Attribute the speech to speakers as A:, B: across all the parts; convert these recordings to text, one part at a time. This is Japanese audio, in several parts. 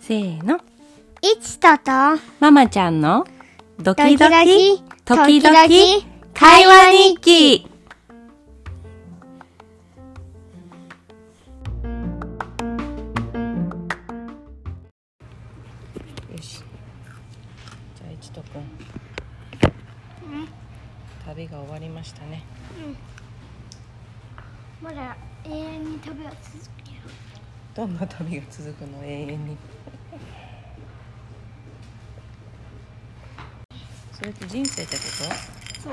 A: せーの。
B: いちとと、
A: ママちゃんのドキド
B: ド
A: キ、時
B: キドキ
A: 々、会話日記。よし。じゃあ、一とくん。旅が終わりましたね。
B: まだ永遠に旅を続けよ
A: どんな旅が続くの永遠に。それって人生ってこと
B: う。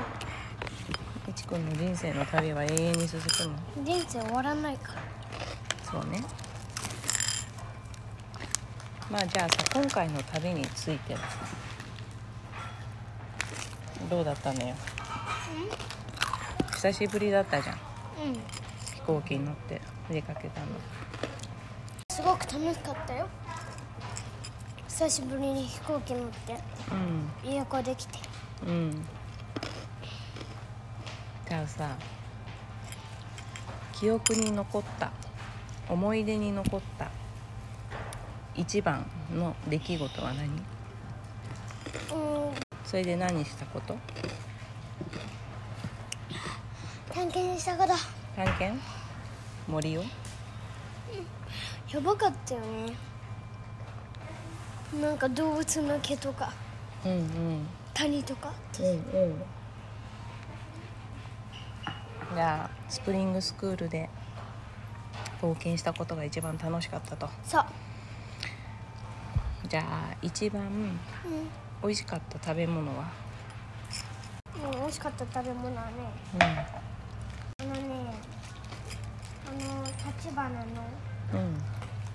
B: そう。
A: いちくんの人生の旅は永遠に続くの
B: 人生終わらないから。
A: そうねまあじゃあさ今回の旅についてはどうだったのよ久しぶりだったじゃん
B: うん。
A: 飛行機に乗って出かけたの
B: すごく楽しかったよ。久しぶりに飛行機乗って、旅行できて。
A: うんうんじゃあさ記憶に残った思い出に残った一番の出来事は何
B: うん。
A: それで何したこと
B: 探検したから、
A: 探検森を
B: やばかったよね。なんか動物の毛とか、
A: うんうん
B: 谷とか。
A: うんうんじゃあスプリングスクールで冒険したことが一番楽しかったと
B: そう。
A: じゃあ一番
B: うん。
A: 美味しかった食べ物は
B: うん、美味しかった食べ物はね。あのね、あの立花の
A: うん、うん、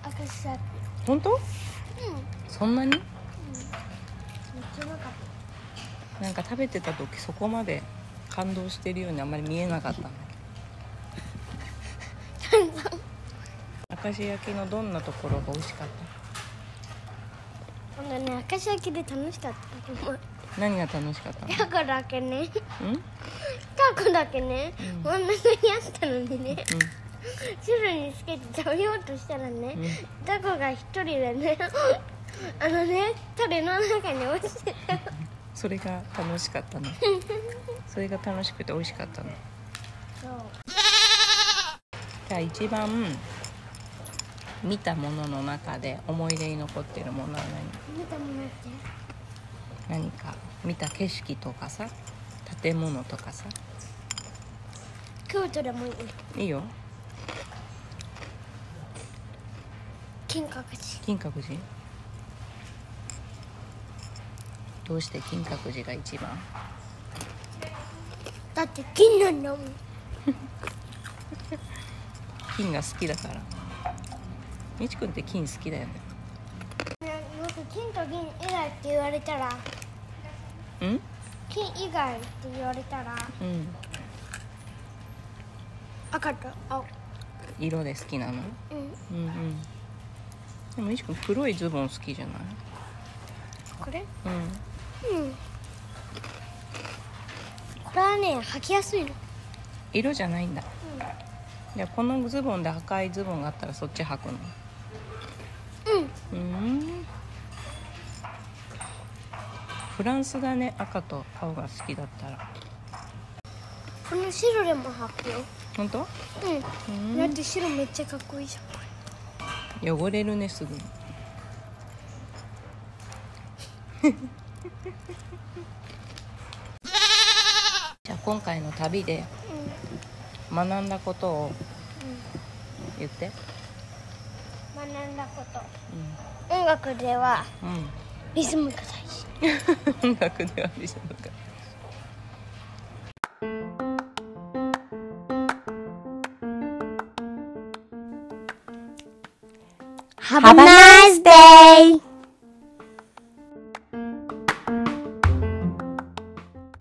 B: アクシアピ
A: 本当
B: うん、めっ
A: そんなに
B: ちゃうまかっ
A: なんか食べてた時そこまで感動してるようにあんまり見えなかったんだけど明石焼きのどんなところが美味しかった
B: た。今度ね、明石焼きで楽しかった。
A: 何が楽しかったの？
B: タコだけね、
A: うん？うん。
B: タコだけね、
A: うん
B: 真ん中にあったのにね、汁につけて食べようとしたらね、タコが一人でね、 あのね、タレの中に落ちてた。
A: それが楽しかったの。それが楽しくて美味しかったの。
B: そう。
A: じゃあ一番見たものの中で思い出に残ってるものは
B: 見たものって、
A: 何？何か見た景色とかさ、建物とかさ、
B: 京都でもいい。
A: いいよ。
B: 金閣寺。
A: 金閣寺。どうして金閣寺が一番？
B: だって金なんだもん。
A: 金が好きだから。みちくんって金好きだよね。
B: ね、よく金と銀以外って言われたら
A: うん？
B: 金以外って言われたら
A: うん。
B: 赤と青
A: 色で好きなの？
B: うん
A: うんうんでもいしくん黒いズボン好きじゃない
B: これ
A: うん
B: うんこれはね履きやすいの
A: 色じゃないんだ、じゃあこのズボンで赤いズボンがあったらそっち履くのうんうんフランスだね赤と青が好きだったら
B: この白でも履くよ
A: 本当
B: うん、だって白めっちゃかっこいいじゃんこ
A: 汚れるねす ぐじゃあ今回の旅で
B: れうん
A: 学んだことを言って
B: 学んだこと音楽では
A: うん、うん
B: リズムが大 事
A: 音楽ではでしょうか。
B: Have a nice day!